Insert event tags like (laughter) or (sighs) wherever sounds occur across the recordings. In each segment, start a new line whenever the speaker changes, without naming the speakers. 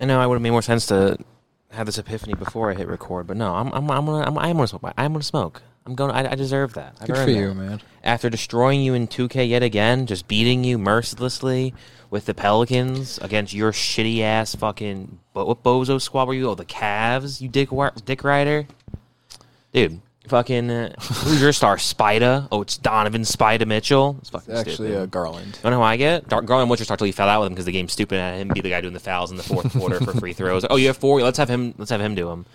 I know I would have made more sense to have this epiphany before I hit record, but no, I'm I'm I'm gonna I'm, I'm gonna smoke. I'm gonna smoke. I'm going. I, I deserve that. I've
Good
earned
for
that.
you, man.
After destroying you in 2K yet again, just beating you mercilessly with the Pelicans against your shitty ass fucking but what bozo squad were you? Oh, the Cavs, you dick wa- dick rider, dude. Fucking uh, who's your star? Spida. Oh, it's Donovan Spida Mitchell. It's fucking
Actually,
stupid.
uh, Garland.
You know who I get? Dar- Garland Witcher start till you fell out with him because the game's stupid and had him be the guy doing the fouls in the fourth quarter for free throws. Oh, you have four. Let's have him. Let's have him do them.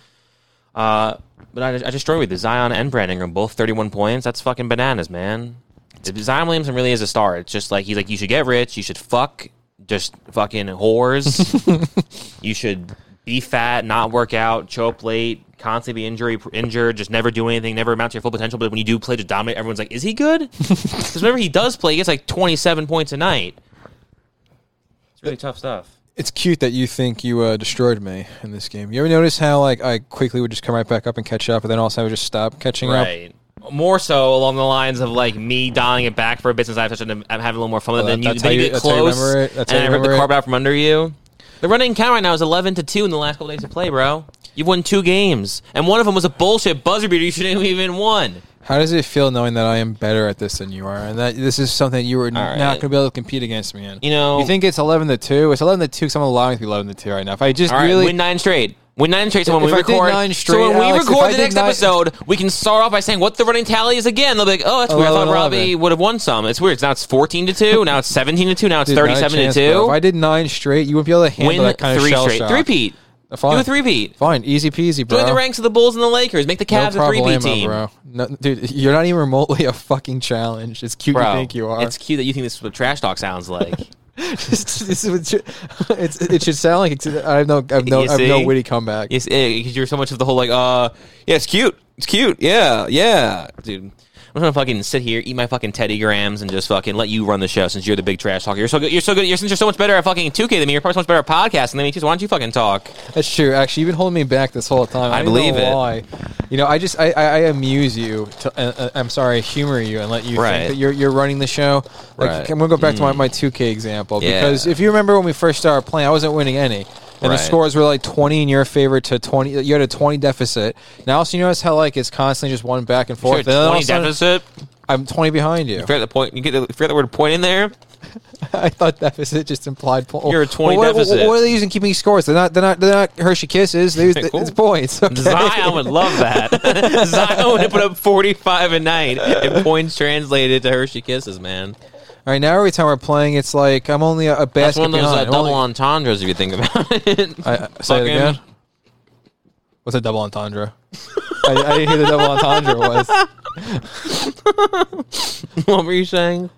Uh, but I, I destroyed with the Zion and Brandon Ingram both thirty-one points. That's fucking bananas, man. If Zion Williamson really is a star. It's just like he's like you should get rich. You should fuck just fucking whores. you should be fat, not work out, choke late, constantly be injury injured, just never do anything, never amount to your full potential. But when you do play, just dominate. Everyone's like, is he (laughs) good? Because whenever he does play, he gets like 27 points a night. It's really tough stuff.
It's cute that you think you uh, destroyed me in this game. You ever notice how like I quickly would just come right back up and catch up, and then all of a sudden I would just stop catching up?
Right. More so along the lines of like me dialing it back for a business I've touched and I'm having a little more fun with it
Oh,
than you.
that's
Then
how
you
you-
get
that's how you
close
remember it? That's how
and I
you
rip the
remember it?
carpet out from under you. The running count right now is 11 to 2 in the last couple days of play, bro. You've won two games, and one of them was a bullshit buzzer beater you shouldn't have even won.
How does it feel knowing that I am better at this than you are, and that this is something that you were
right.
not going to be able to compete against me in?
You know-
you think it's eleven to two? It's eleven to two because I'm allowing it to be eleven to two right now. If I just
All right,
really,
win nine straight. Win nine straight. So when
If
we
I did
record,
nine
so
straight,
when we
Alex, if I
record the
did
next
nine-
episode, we can start off by saying what the running tally is again. They'll be like, "Oh, that's weird. I thought
11,
Robbie
11.
would have won some." It's weird. It's now it's fourteen to two. Now it's seventeen to two. Now it's
Dude, not a
thirty-seven
chance,
to
bro.
two.
If I did nine straight, you wouldn't be able to handle
Win
that kind
three
of shell
straight.
shock.
Three peat. Do
Fine.
a three peat.
Fine, easy peasy, bro.
Join the ranks of the Bulls and the Lakers. Make the Cavs a three peat
problemo,
team.
bro. No, dude, you're not even remotely a fucking challenge. It's cute
Bro,
you think you are. (laughs)
It's cute that you think this is what trash talk sounds like.
It's- it's- it's- (laughs) it's- it should sound like it's, I have no, I have no,
You
I have no
see?
witty comeback.
Yes, because you're so much of the whole like, uh, yeah, it's cute, it's cute, yeah, yeah, dude. I'm gonna fucking sit here, eat my fucking Teddy Grams, and just fucking let you run the show since you're the big trash talker. You're so good. You're so good. You're since you're so much better at fucking 2K than me. You're probably so much better at podcasting than me too. So why don't you fucking talk?
That's true. Actually, you've been holding me back this whole time.
I
don't
believe
know
it.
Why? You know, I just I, I, I amuse you. To, uh, uh, I'm sorry, I humor you and let you
Right.
think that you're you're running the show. Like,
Right. Mm.
I'm gonna go back to my, my 2K example
Yeah.
because if you remember when we first started playing, I wasn't winning any. And
Right.
the scores were like 20 in your favor to 20. You had a 20 deficit. Now, also, you notice how like it's constantly just one back and forth.
Sure,
and then all of a
Twenty
sudden,
deficit.
I'm 20
(laughs)
behind you.
Forget the point. You get the, forget the word point in there.
I thought deficit just implied points.
You're a 20
what, what-
deficit.
What, are they using keeping scores? They're not. They're not. They're not Hershey
(laughs)
kisses. They use
Okay, cool.
it's points. (laughs) okay?
Zion would love that. (laughs) Zion would put up 45 a night if points translated to Hershey kisses, man.
All right, now every time we're playing, it's like I'm only a, a
That's
basket
one of those uh,
behind. I'm
double
only-
entendres if you think about it. (laughs)
I, I- say it
Fucking-
again. What's a
(laughs)
double entendre? I, I didn't hear the double entendre was.
what were you saying?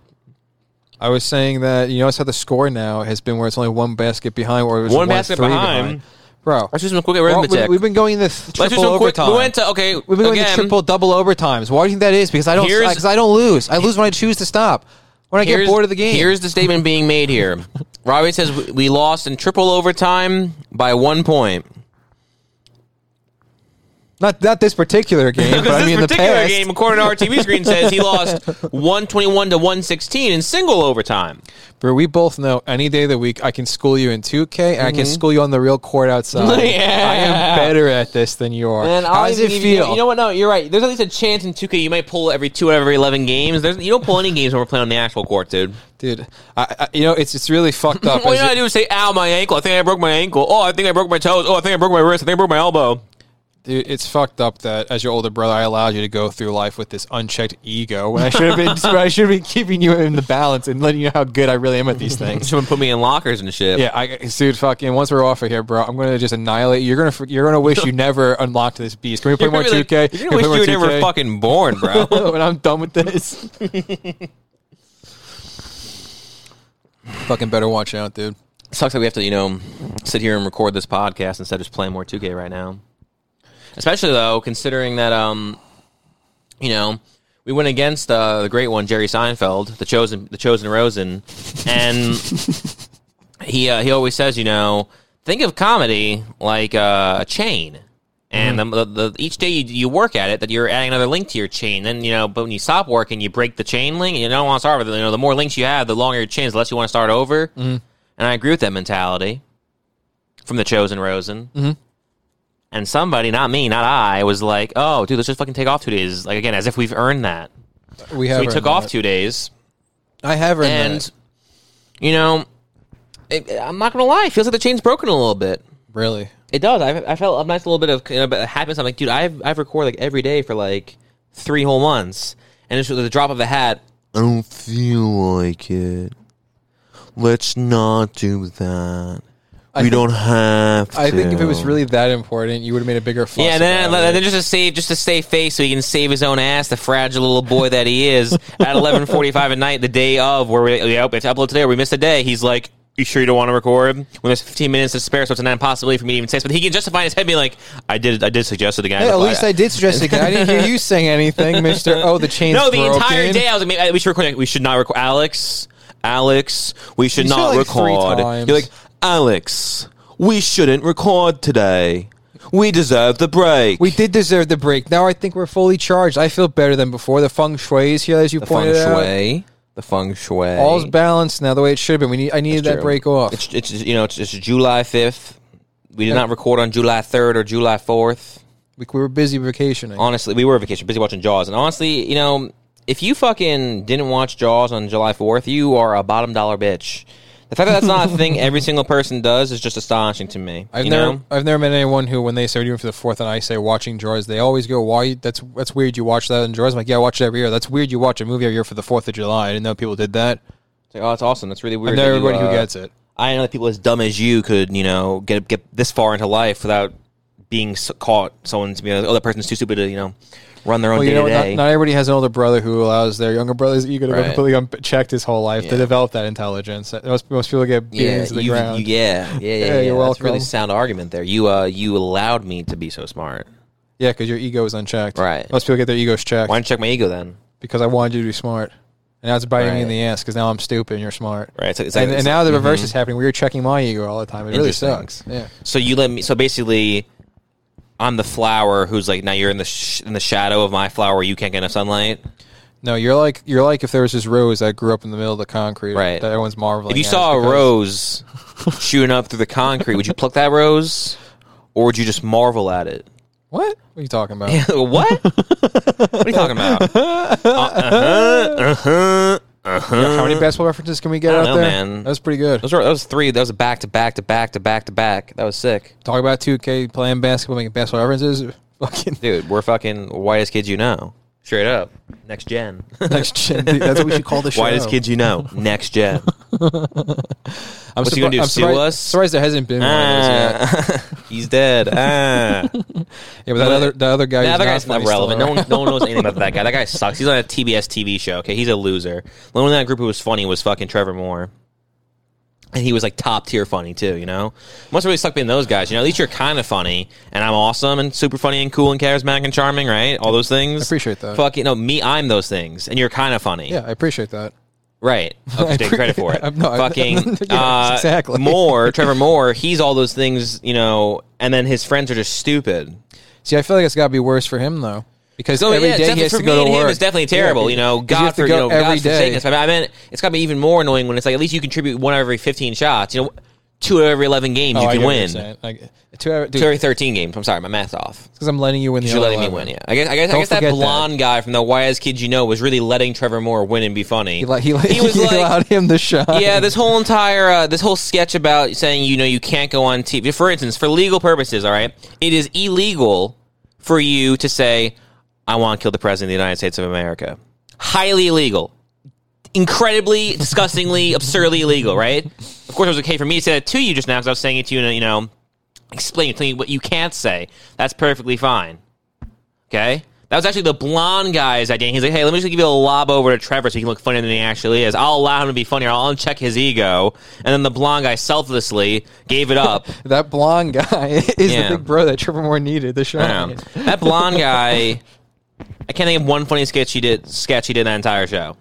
I was saying that you notice how the score now has been where it's only one basket behind, or it was
One
one
basket
three
behind.
Bro,
Let's do some quick
well,
arithmetic.
we, we've been going this
Let's do
triple
some quick.
overtime.
We went to okay.
We've been going
again,
to triple double overtimes. Why do you think that is? Because I don't
Here's-
because I don't lose. I lose when I choose to stop. When I get
here's-
bored of the game.
Here's the statement being made (laughs) here. Robbie says we- we lost in triple overtime by one point.
not not this particular game, but
(laughs) Because
I mean
this
the
particular
past.
game, according to our TV screen, says he lost one twenty one to one sixteen in single overtime.
Bro, we both know any day of the week I can school you in 2K and I can school you on the real court outside.
Mm-hmm. (laughs) Yeah.
I am better at this than you are.
And
How
I'll
does
even
it
give you-
feel?
You know what? No, you're right. There's at least a chance in 2K you might pull every two out of every 11 games. There's, you don't pull any games when we're playing on the actual court, dude.
Dude, I, I, you know, it's it's really
(laughs)
fucked up.
All you
as
gotta
it-
do is say, ow, my ankle. I think I broke my ankle. Oh, I think I broke my toes. Oh, I think I broke my wrist. I think I broke my elbow.
dude, it's fucked up that as your older brother, I allowed you to go through life with this unchecked ego when I should have been (laughs) when I should have been keeping you in the balance and letting you know how good I really am at
(laughs)
these things.
Someone put me in lockers and shit.
Yeah, I, dude, fucking. Once we're off of here, bro, I'm gonna just annihilate you. You're gonna, fr- you're
(laughs)
gonna wish you never unlocked this beast. Can we play
You're
more
gonna be
2K?
like- You're
Can we
gonna
play
wish you
more
were never
2K?
fucking born, bro. (laughs)
when I'm done with this. Fucking better watch out, dude.
Sucks that we have to, you know, sit here and record this podcast instead of just playing more 2K right now. Especially though, considering that, um, you know, we went against uh, the great one Jerry Seinfeld, the chosen, the chosen Rosen, and he uh, he always says, you know, think of comedy like uh, a chain. And the, the, the, each day you, you work at it, that you're adding another link to your chain. Then you know, but when you stop working, you break the chain link, and you don't want to start with it. You know, the more links you have, the longer your chain is, the less you want to start over. And I agree with that mentality. from the Chosen Rosen. Mm-hmm. And somebody, not me, not I, was like, "Oh, dude, let's just fucking take off two days." Like again, as if we've earned that.
We have.
So we
earned
took off
that.
two days,
I have earned
and
that.
you know, it, I'm not gonna lie, it feels like the chain's broken a little bit.
Really.
It does. I, I felt a nice little bit of you know, but happiness. I'm like, dude, I've I've recorded like every day for like three whole months, and it's with the drop of a hat. I don't feel like it. Let's not do that. we
I think-
don't have.
I think if it was
to."
really that important, you would have made a bigger fuss.
Yeah, and then,
about
and
it.
then just to save, just to save face, so he can save his own ass, the fragile little boy that he
(laughs)
is. at eleven forty-five at night, the day of, where we, yep, it's upload today, or we missed a day. He's like, "You sure you don't want to record?" When there's fifteen minutes to spare, so it's an impossibility for me to even say. But he can justify in his head being like, "I did, I did suggest it again."
Hey, at least I did suggest it. I didn't
(laughs)
hear you saying anything, Mister. Oh, the chain's
No, the entire
broken.
day I was like, "Maybe- "We should record. We should not record." Alex, Alex, we should
You said
not
like three
record.
times.
You're like, Alex, we shouldn't record today. We deserve the break.
We did deserve the break. Now I think we're fully charged. I feel better than before. The feng shui is here, as you
the feng
pointed out.
shui. The feng shui.
All's balanced now, the way it should have been. We need. I needed that
True.
break off.
It's, it's you know it's, it's July fifth. We did not record on July third or July fourth.
we, we were busy vacationing.
Honestly, we were on vacation, busy watching Jaws, and honestly, you know, if you fucking didn't watch Jaws on July fourth, you are a bottom dollar bitch. The fact that that's not a
(laughs)
thing every single person does is just astonishing to me.
I've
you
never,
know?
I've never met anyone who, when they say we're doing it for the fourth, and I say watching Jaws, they always go, "Why? you- That's that's weird. You watch that in Jaws?" I'm like, "Yeah, I watch it every year. That's weird. You watch a movie every year for the Fourth of July. I didn't know people did that.
It's like, oh, it's awesome. That's really weird.
I know
that you,
everybody who
uh,
gets it.
I know that people as dumb as you could, you know, get get this far into life without being s caught. Someone's, you know, oh, that person's too stupid to, you know, run their own
Well,
day
you know,
to
what? not,
day.
not everybody has an older brother who allows their younger brother's ego to
Right.
go completely unchecked his whole life to
Yeah.
develop that intelligence. Most most people get beat into the
you,
ground.
you-
(laughs)
yeah, yeah, yeah. yeah,
you're
That's a really
welcome.
sound argument there. You, uh, you allowed me to be so smart.
Yeah, because your ego is unchecked.
Right.
Most people get their egos checked
Why don't you check my ego then?
because I wanted you to be smart. And now it's biting me in
Right.
the ass because now I'm stupid and you're smart.
Right. So, it's like-
And, and
it's- mm-hmm.
now the reverse is happening. We were checking my ego all the time. It really
Interesting.
sucks. Yeah.
so you let me. So basically, I'm the flower who's like now you're in the sh- in the shadow of my flower. You can't get enough sunlight.
Oh No, you're like you're like if there was this rose that grew up in the middle of the concrete.
Right.
That everyone's marveling.
If you
at
saw a
because-
rose
(laughs)
shooting up through the concrete, would you pluck that rose, or would you just marvel at it?
what? What are you
(laughs)
talking about?
what? what are you talking about?
How many basketball references can we get
I
out
don't know,
there?
man.
That's pretty good.
Those were that was three. That was back to back to back to back to back. That was sick,
Talk about 2K playing basketball, making basketball references. (laughs) Fucking
dude. We're fucking whitest kids you know. Straight up, next gen.
next gen. Dude, that's what we should call the
(laughs)
show.
whitest kids you know, next
(laughs)
gen.
I'm
What's he gonna do,
surpri- I'm
sue
surprised-
us?
Surprised there hasn't been one of those yet.
Ah, (laughs) he's dead. Ah.
Yeah, but that
But-
other that other guy.
That
who's
other
not
guy's not
funny still
relevant. No
around.
one, no one knows anything about that guy. That guy sucks. He's on a TBS TV show. Okay, he's a loser. The only one in that group who was funny was fucking Trevor Moore, and he was like top tier funny too. You know, must really suck being those guys. You know, at least you're kind of funny, and I'm awesome and super funny and cool and charismatic and charming, right? All those things.
I appreciate that.
Fucking no, me, I'm those things, and you're kind of funny.
Yeah, I appreciate that. (laughs)
Right. I'll just take credit for it.
No, I-
Fucking
Yes,
uh,
exactly.
Moore,
(laughs)
Trevor Moore, he's all those things, you know, and then his friends are just stupid.
See, I feel like it's got to be worse for him though, because
So Oh,
every day
yeah, definitely
he has
for
to
me
go to
and him,
work.
It's definitely
Yeah,
terrible, you know.
because you
God
have to
for
go
you know, God
every day.
forsakenness. I mean, I mean, it's got to be even more annoying when it's like at least you contribute one out of every fifteen shots. You know, two out of every eleven games
Oh,
you
I
can
get what you're
win. Two
saying. Like, two hour,
out of
dude,
every thirteen games. I'm sorry, my math's off.
because I'm letting you win. The
You're
other
letting me
11.
win. Yeah, I guess I guess, I
Don't
guess that
forget that.
blonde guy from the Wise Kids You Know was really letting Trevor Moore win and be funny.
He, let- (laughs) he, let-
He was
he
like-
allowed him the shot.
yeah, this whole entire uh, this whole sketch about saying you know you can't go on TV. For instance, for legal purposes, all right, it is illegal for you to say, "I want to kill the president of the United States of America." Highly illegal, incredibly, disgustingly, (laughs) absurdly illegal. Right? Of course, it was okay for me to say that to you just now because I was saying it to you. In a, you know, explain to me what you can't say. That's perfectly fine. Okay. That was actually the blonde guy's idea. He's like, hey, let me just give you a lob over to Trevor so he can look funnier than he actually is. I'll allow him to be funnier. I'll uncheck his ego. And then the blonde guy selflessly gave it up. (laughs)
That blonde guy (laughs) is
Yeah.
the big bro that Trevor Moore needed. The shot.
Um, that blonde guy, I can't think of one funny sketch he did, sketch he did that entire show.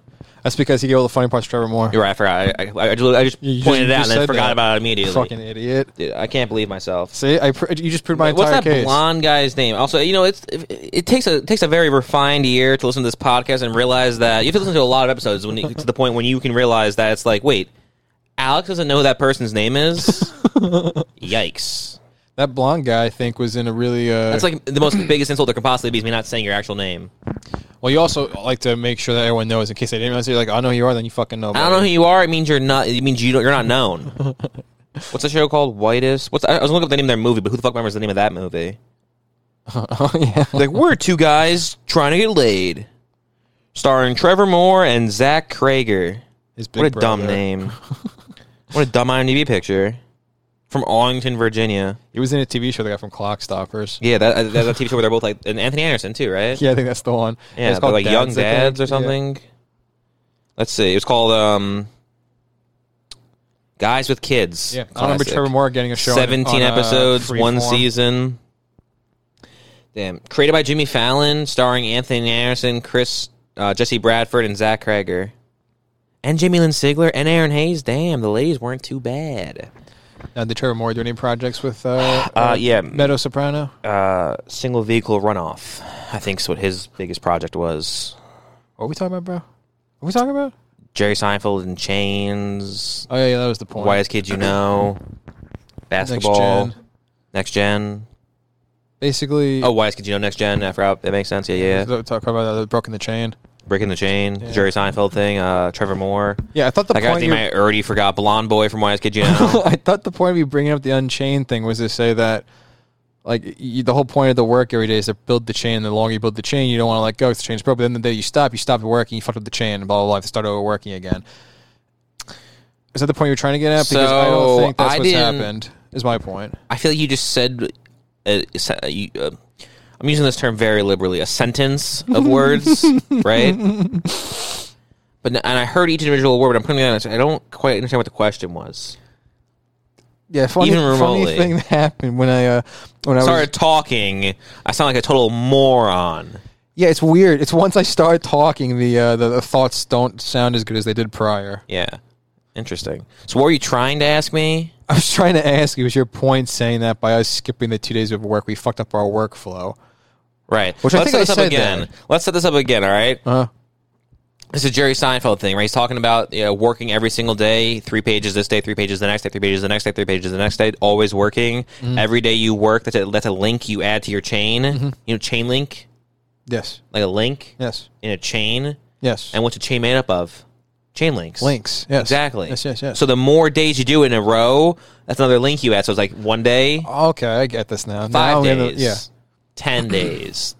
That's because he gave all the funny parts to Trevor Moore.
You're right, I forgot. I, I, I just, I just
You just-
pointed
you
it out
just
and then
said
forgot
that.
about it immediately.
Fucking idiot.
Dude, I can't believe myself.
See, I pr- you just proved my
What's
entire
that
case.
blonde guy's name? Also, you know, it's it, it takes a it takes a very refined ear to listen to this podcast and realize that you have to listen to a lot of episodes when you, to the point when you can realize that it's like, wait, Alex doesn't know who that person's name
(laughs)
is. Yikes!
That blonde guy, I think, was in a really. Uh,
That's like the most biggest insult there could possibly be is me not saying your actual name.
well, you also like to make sure that everyone knows in case they didn't realize. You're like, I know who you are, then you fucking know.
I don't know who you are. It means you're not. It means you don't, you're not known. What's the show called? Whitest. What's I I was looking up the name of their movie, but who the fuck remembers the name of that movie?
(laughs) oh,
(laughs)
yeah.
Like we're two guys trying to get laid, starring Trevor Moore and Zach Krager.
His big
What a dumb
brother. (laughs)
name. what a dumb IMDb picture from Arlington, Virginia.
He was in a TV show. The guy from Clock Stoppers. (laughs)
Yeah, that, that's a TV show where they're both like and Anthony Anderson too, right?
Yeah, I think that's the one.
Yeah,
it's
but, like Young
I think.
Dads or
Yeah.
something. Let's see. It was called um, Guys with Kids.
Yeah, I remember
Classic.
Trevor Moore getting a show. on-
17
on, uh,
episodes, one
Freeform.
season. Damn. Created by Jimmy Fallon, starring Anthony Anderson, Chris, uh, Jesse Bradford, and Zach Krager. And Jamie Lynn Sigler and Aaron Hayes. Damn, the ladies weren't too bad.
Now, did Uh, Trevor Moore do any projects
(sighs)
with? Uh,
Uh, yeah.
Meadow Soprano.
Uh, single vehicle runoff, I think, is what his biggest project was.
What are we talking about, bro? What are we talking about?
Jerry Seinfeld in Chains,
Oh yeah, yeah that was the point.
Wise Kids You Know,
Next
Basketball,
gen.
Next Gen.
Basically,
Oh, Wise Kids You Know, Next Gen. I forgot. That makes sense. Yeah, yeah.
talk talk about that, broken the chain.
Breaking the Chain, the Jerry Seinfeld thing, uh, Trevor Moore.
Yeah, I thought the
That guy's
point.
name
you-
I already forgot. Blonde boy from Wise Kid Gino.
(laughs) I thought the point of you bringing up the Unchained thing was to say that, like, you, the whole point of the work every day is to build the chain. The longer you build the chain, you don't want to let go. 'cause The chain's broken. But then the day you stop, you stop working, you fucked up the chain, and blah blah blah. You have to start over working again. Is that the point you're trying to get at? Because I
So,
don't think that's
I
what's
didn't-
happened. Is my point.
(laughs) I feel like you just said. Uh, s- uh, you, uh, I'm using this term very liberally. A sentence (laughs) of words, (laughs) right? But n- and I heard each individual word. But I'm putting it on. I don't quite understand what the question was.
Yeah, funny,
Even
funny
remotely.
thing that happened when I uh, when I was
Started talking. I sound like a total moron.
Yeah, it's weird. It's once I start talking, the uh, the, the thoughts don't sound as good as they did prior. (laughs)
Yeah, interesting. So, what were you trying to ask me?
I was trying to ask you, was your point saying that by us skipping the two days of work, we fucked up our workflow?
Right.
Which I
Let's
think I
set this up
said
again.
that.
Let's set this up again. All right.
Uh,
This is Jerry Seinfeld thing, right? He's talking about you know, working every single day, three pages this day, three pages the next day, three pages the next day, three pages the next day, always working.
Mm-hmm.
Every day you work, that's a, that's a link you add to your chain. You know, chain link,
yes,
like a link
yes,
in a chain.
yes.
And what's a chain made up of? Chain links.
links. Yes,
Exactly.
Yes, yes, yes.
So the more days you do it in a row, that's another link you add. So it's like one day,
okay, I get this now. Now
five
I'm
days,
gonna- yeah.
ten days,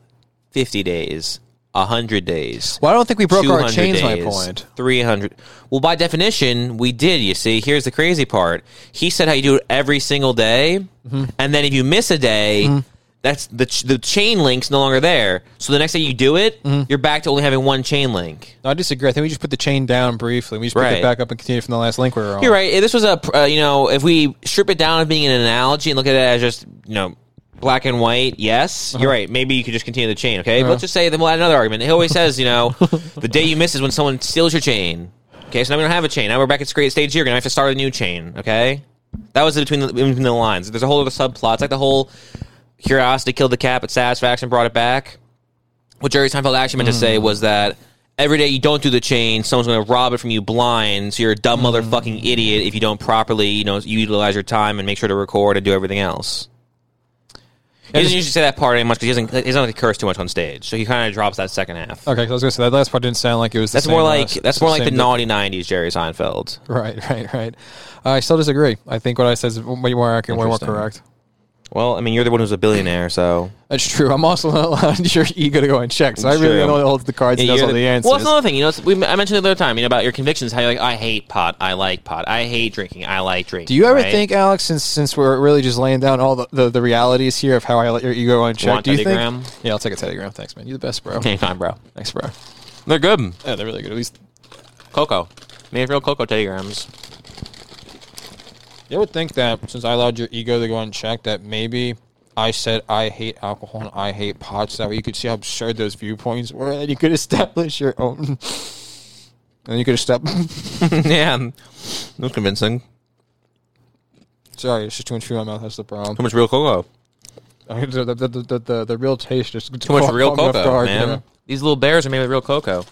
fifty days, hundred days.
Well, I don't think we broke our
200
chains. My
days,
point.
300. Well, by definition, we did, you see. Here's the crazy part. He said how you do it every single day.
Mm-hmm.
And then if you miss a day, that's the ch- the chain link's no longer there. So the next day you do it,
Mm-hmm.
you're back to only having one chain link.
No, I disagree. I think we just put the chain down briefly. We just picked
Right.
it back up and continued from the last link we were on.
You're right. If This was a, pr- uh, you know, if we strip it down as being an analogy and look at it as just, you know, black and white, yes, you're right. Maybe you could just continue the chain, okay? But let's just say, then we'll add another argument. He always says, you know, the day you miss is when someone steals your chain. Okay, so now we don't have a chain. Now we're back at stage zero. We're going to have to start a new chain, okay? That was between the, in between the lines. There's a whole other subplot. It's like the whole curiosity killed the cat, but satisfaction brought it back what Jerry Seinfeld actually meant to say was that every day you don't do the chain, someone's going to rob it from you blind. So you're a dumb motherfucking idiot if you don't properly, you know, utilize your time and make sure to record and do everything else. He doesn't usually say that part anymore because he doesn't. He doesn't like to curse too much on stage, so he kind of drops that second half.
Okay, 'cause I was gonna say that last part didn't sound like it was. The
that's
Oh, same
more like
last-
that's more like the
same
naughty '90s Jerry Seinfeld.
(laughs) Right, right, right. Uh, I still disagree. I think what I said is way more accurate, way more
Interesting.
correct.
Well, I mean, you're the one who's a billionaire, so
That's true. I'm also not allowing (laughs) your ego to go unchecked, so I
It's true.
really only holds the cards and
Yeah,
knows
you're
all the, answers.
Well, that's another thing. You know, it's, we, I mentioned it the other time. You know about your convictions. How you're like, I hate pot. I like pot. I hate drinking. I like drinking.
Do you ever
right? (laughs)
think, Alex, since since we're really just laying down all the, the, the realities here of how I let your ego unchecked,
Want
do you
Telegram?
think? Yeah, I'll take a telegram. Thanks, man. You're the best, bro.
Anytime, bro.
Thanks, bro.
They're good.
Yeah, they're really good. At least
Cocoa. Made of real cocoa telegrams.
you ever think that since I allowed your ego to go unchecked, that maybe I said I hate alcohol and I hate pots. That way you could see how absurd those viewpoints were, and you could (laughs) establish your own. (laughs) and then you could establish.
(laughs) yeah. That was convincing.
(laughs) Sorry, it's just too much food in my mouth. That's the problem.
Too much real cocoa.
I mean, the, the, the, the, the, the real taste is
Too
(laughs)
much real cocoa, man. These little bears are made with real cocoa.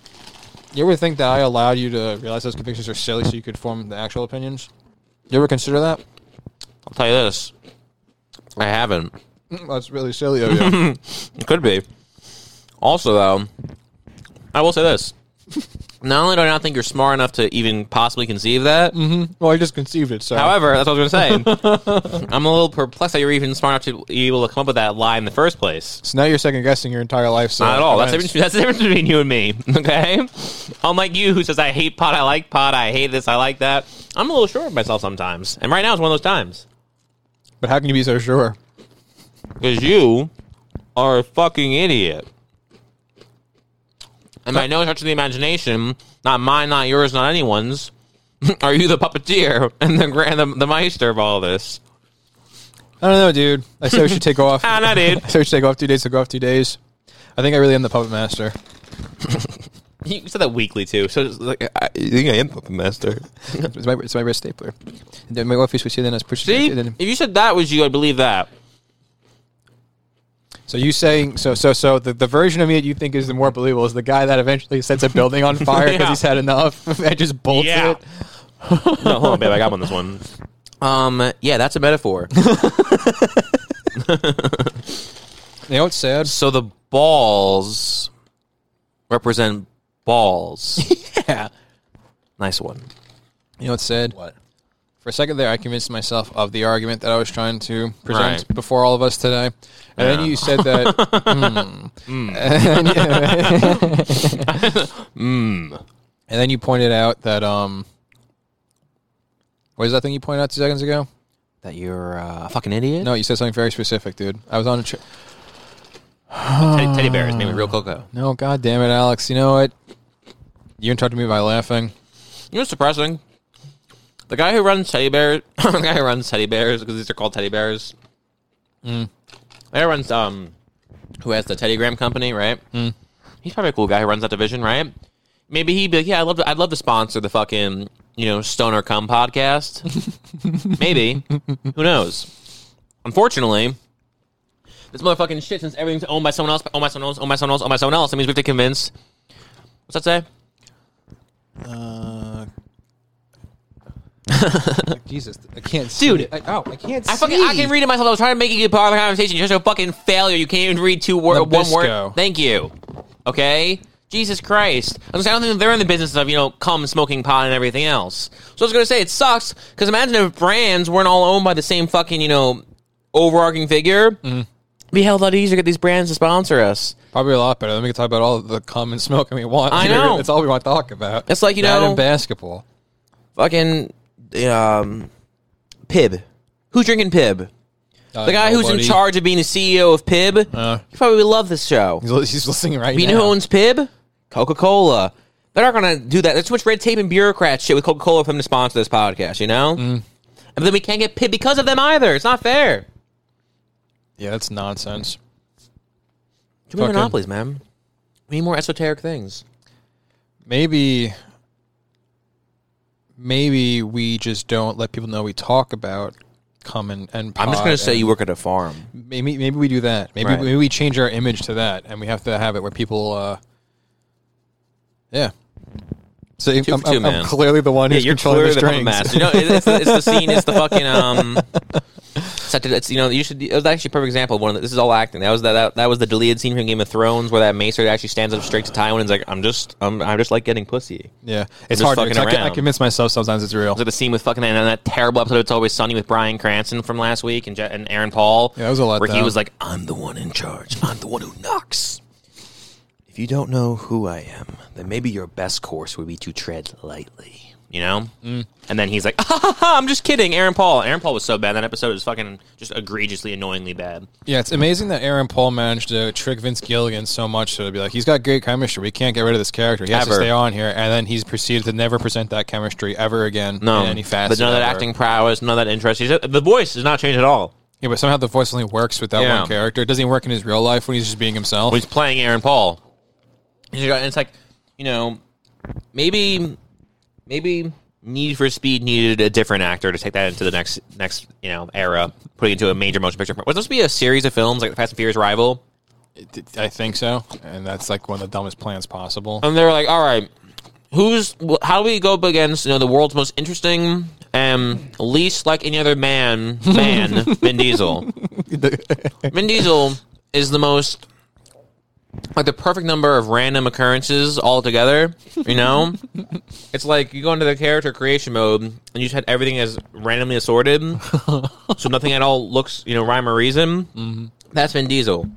You ever think that I allowed you to realize those convictions are silly so you could form the actual opinions? You ever consider that? (laughs)
I'll tell you this. I haven't.
Mm, That's really silly
(laughs)
of you.
It could be. Also, though, I will say this. Not only do I not think you're smart enough to even possibly conceive that,
well, I just conceived it. So
however, that's what I was going to say. (laughs) I'm a little perplexed that you're even smart enough to be able to come up with that lie in the first place.
So now you're second guessing your entire life. So
Not at all. That's the,
Thanks.
difference, that's the difference between you and me. (laughs) Okay, unlike you, who says I hate pot, I like pot, I hate this, I like that. I'm a little sure of myself sometimes, and right now is one of those times
But how can you be so sure?
because you are a fucking idiot. And by no touch of the imagination, not mine, not yours, not anyone's, (laughs) are you the puppeteer (laughs) and the grand, the, the meister of all this?
I don't know, dude. I say we
(laughs)
should take off.
Ah,
I
no, dude.
say we should take off two days. So go off two days. I think I really am the puppet master.
You said that weekly too, so it's like, I I think I am the master.
It's my it's my wrist stapler. And then my office was here. Then I was pushed.
See, if you said that was you, I believe that.
So you saying so so so the, the version of me that you think is the more believable is the guy that eventually sets a building
(laughs)
on fire because
Yeah.
he's had enough (laughs) and just bolts
Yeah.
it.
(laughs) no, hold on, babe. I got one. This one. Um. Yeah, that's a (laughs) metaphor.
You know what's sad?
so the balls represent (laughs) balls.
Yeah.
nice one.
You know what's sad?
What?
For a second there, I convinced myself of the argument that I was trying to present
Right.
before all of us today, and then
Yeah.
you said that.
(laughs)
hmm.
(laughs) Hmm.
And then you pointed out that um, what is that thing you pointed out two seconds ago?
That you're uh, a fucking idiot.
No, you said something very specific, dude. I was on a trip.
teddy, teddy bears named real cocoa.
No, god damn it, Alex. You know what? You interrupted me by laughing.
You know, what's depressing. The guy who runs teddy bears, (laughs) the guy who runs teddy bears, because these are called teddy bears. Mm. The guy who runs um, who has the Teddygram company, right? He's probably a cool guy who runs that division, right? Maybe he'd be like, yeah, I'd love to, I'd love to sponsor the fucking you know Stoner Cum podcast. Maybe who knows? Unfortunately. This motherfucking shit, since everything's owned by someone else, owned by someone else, owned by someone else, owned by someone else, it means we have to convince. What's that say?
Jesus, I can't,
Dude. it.
I, oh, I can't.
I fucking I can read it myself. I was trying to make it a part of the conversation. You're so fucking failure. You can't even read two word one
Nabisco.
word. Thank you. Okay. Jesus Christ. I was gonna say, I don't think they're in the business of you know cum smoking pot and everything else. So I was gonna say it sucks because imagine if brands weren't all owned by the same fucking you know overarching figure.
Mm-hmm.
It'd Be hell a lot easier to get these brands to sponsor us.
Probably a lot better. Then we can talk about all the common (laughs) smoking we want.
I
dude.
know.
That's all we want to talk about.
It's like, you
That
know-
and basketball.
Fucking um, Pib. Who's drinking Pib? The guy who's in charge of being the CEO of Pib.
Uh.
you probably would love this show.
(laughs) He's, li- he's listening right
You
now.
know who owns Pib? Coca Cola. They're not going to do that. There's too much red tape and bureaucrat shit with Coca Cola for them to sponsor this podcast, you know? Mm. And then we can't get Pib because of them either. It's not fair.
yeah, that's nonsense.
Too many
Fucking-
monopolies, man. We need more esoteric things.
Maybe, maybe we just don't let people know we talk about common and.
I'm just going
pot
to say
and-
you work at a farm.
maybe maybe we do that. Maybe
Right.
maybe we change our image to that, and we have to have it where people. Uh, yeah. So I'm,
for
I'm-
two,
I'm
man.
clearly the one who's controlling the
puppet
strings.
master. You know, it- it's, the- it's the scene.
(laughs)
It's the fucking um. Such a, it's you know you should it was actually a perfect example of one of the, this is all acting that was that, that that was the deleted scene from Game of Thrones where that Maester actually stands up straight to Tywin and's like I'm just I'm I just like getting pussy
yeah, it's
just
hard.
fucking
to- I, can- I
around.
convince myself sometimes it's real.
Was it the scene with fucking and then that terrible episode of It's Always Sunny with Brian Cranston from last week and Je- and Aaron Paul?
Yeah, that was a lot,
Where he
though.
was like, "I'm the one in charge. I'm the one who knocks." If you don't know who I am, then maybe your best course would be to tread lightly. You know.
Mm.
And then he's like, "Ha ha ha! I'm just kidding." Aaron Paul. Aaron Paul was so bad. That episode was fucking just egregiously, annoyingly bad.
Yeah, it's amazing that Aaron Paul managed to trick Vince Gilligan so much so to be like, he's got great chemistry. We can't get rid of this character. He has to
Ever.
stay on here, and then he's proceeded to never present that chemistry ever again
No,
in any
but
facet.
none of that
ever.
acting prowess, none of that interest. He's, the voice does not change at all.
Yeah, but somehow the voice only works with that
Yeah.
one character. It doesn't even work in his real life when he's just being himself.
Well, he's playing Aaron Paul. And you got- and it's like, you know, maybe, maybe Need for Speed needed a different actor to take that into the next next you know era, putting it into a major motion picture. Was this supposed to be a series of films like the Fast and Furious Rival?
I think so, and that's like one of the dumbest plans possible.
Um, And they were like, all right, who's wh- how do we go up against you know the world's most interesting am least like any other man, man, Vin Diesel. Vin Diesel is the most like the perfect number of random occurrences all together. You know, it's like you go into the character creation mode and you just had everything as randomly assorted, so nothing at all looks you know rhyme or reason. That's Vin Diesel,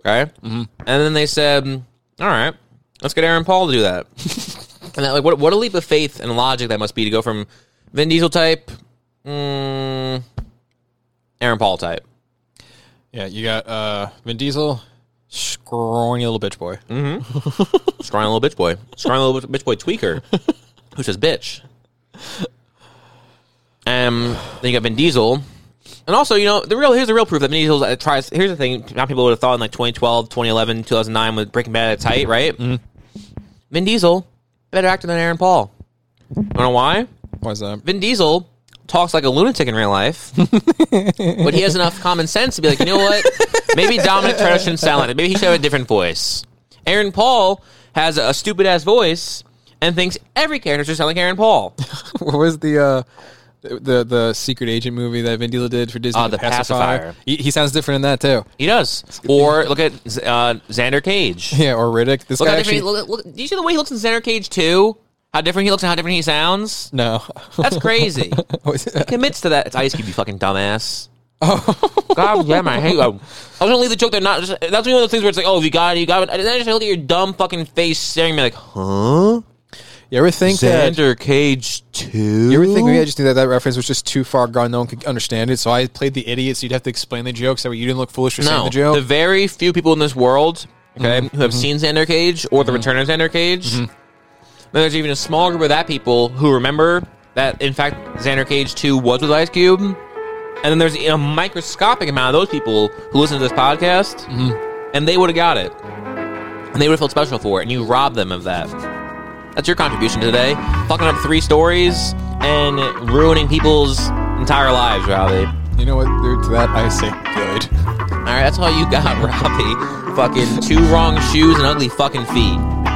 okay? And then they said, "All right, let's get Aaron Paul to do that." and that, like, what what a leap of faith and logic that must be to go from Vin Diesel type, mm, Aaron Paul type.
Yeah, you got uh, Vin Diesel, scrawny little bitch boy.
Mm. scrawny little bitch boy, scrawny little bitch boy tweaker, who says bitch. Um, then you got Vin Diesel, and also you know the real here's the real proof that Vin Diesel's uh, tries. Here's the thing: now people would have thought in like 2012, 2011, 2009 with Breaking Bad at its height, right? Vin Diesel better actor than Aaron Paul. You know why?
Why's that?
Vin Diesel talks like a lunatic in real life, but he has enough common sense to be like, you know what? Maybe Dominic Toretto shouldn't sound like that. Maybe he should have a different voice. Aaron Paul has a stupid ass voice and thinks every character should sound like Aaron Paul.
(laughs) what was the uh, the the secret agent movie that Vin Diesel did for Disney?
Oh, The Pacifier.
He, he sounds different in that too. (laughs)
He does. Or look at Z- uh, Xander Cage.
Yeah, or Riddick. This
Look
guy
how
actually.
different. Look, look, do you see the way he looks in Xander Cage too? How different he looks and how different he sounds.
no. (laughs)
That's crazy.
Was it-
commits to that. It's Ice Cube, you fucking (laughs) dumbass. God damn, I hate you. I was gonna leave the joke there. Not just, that's one of those things where it's like, oh, if you got it, you got it. And then I just look at your dumb fucking face staring at me like, huh?
you ever think that?
Xander Cage two.
You ever think maybe I just knew that that reference was just too far gone? No one could understand it. So I played the idiot. So you'd have to explain the joke so you didn't look foolish for saying
no,
the Mm-hmm. joke.
the very few people in this world, okay, who have seen Xander Cage or the
Mm-hmm.
return of Xander Cage. Then there's even a small group of that people who remember that in fact Xander Cage two was with Ice Cube, and then there's a microscopic amount of those people who listen to this podcast,
Mm-hmm.
and they would have got it, and they would have felt special for it, and you robbed them of that. That's your contribution today, fucking up three stories and ruining people's entire lives, Robbie.
you know what? Dude, to that I say good.
(laughs) All right, that's all you got, Robbie. Fucking two wrong shoes and ugly fucking feet.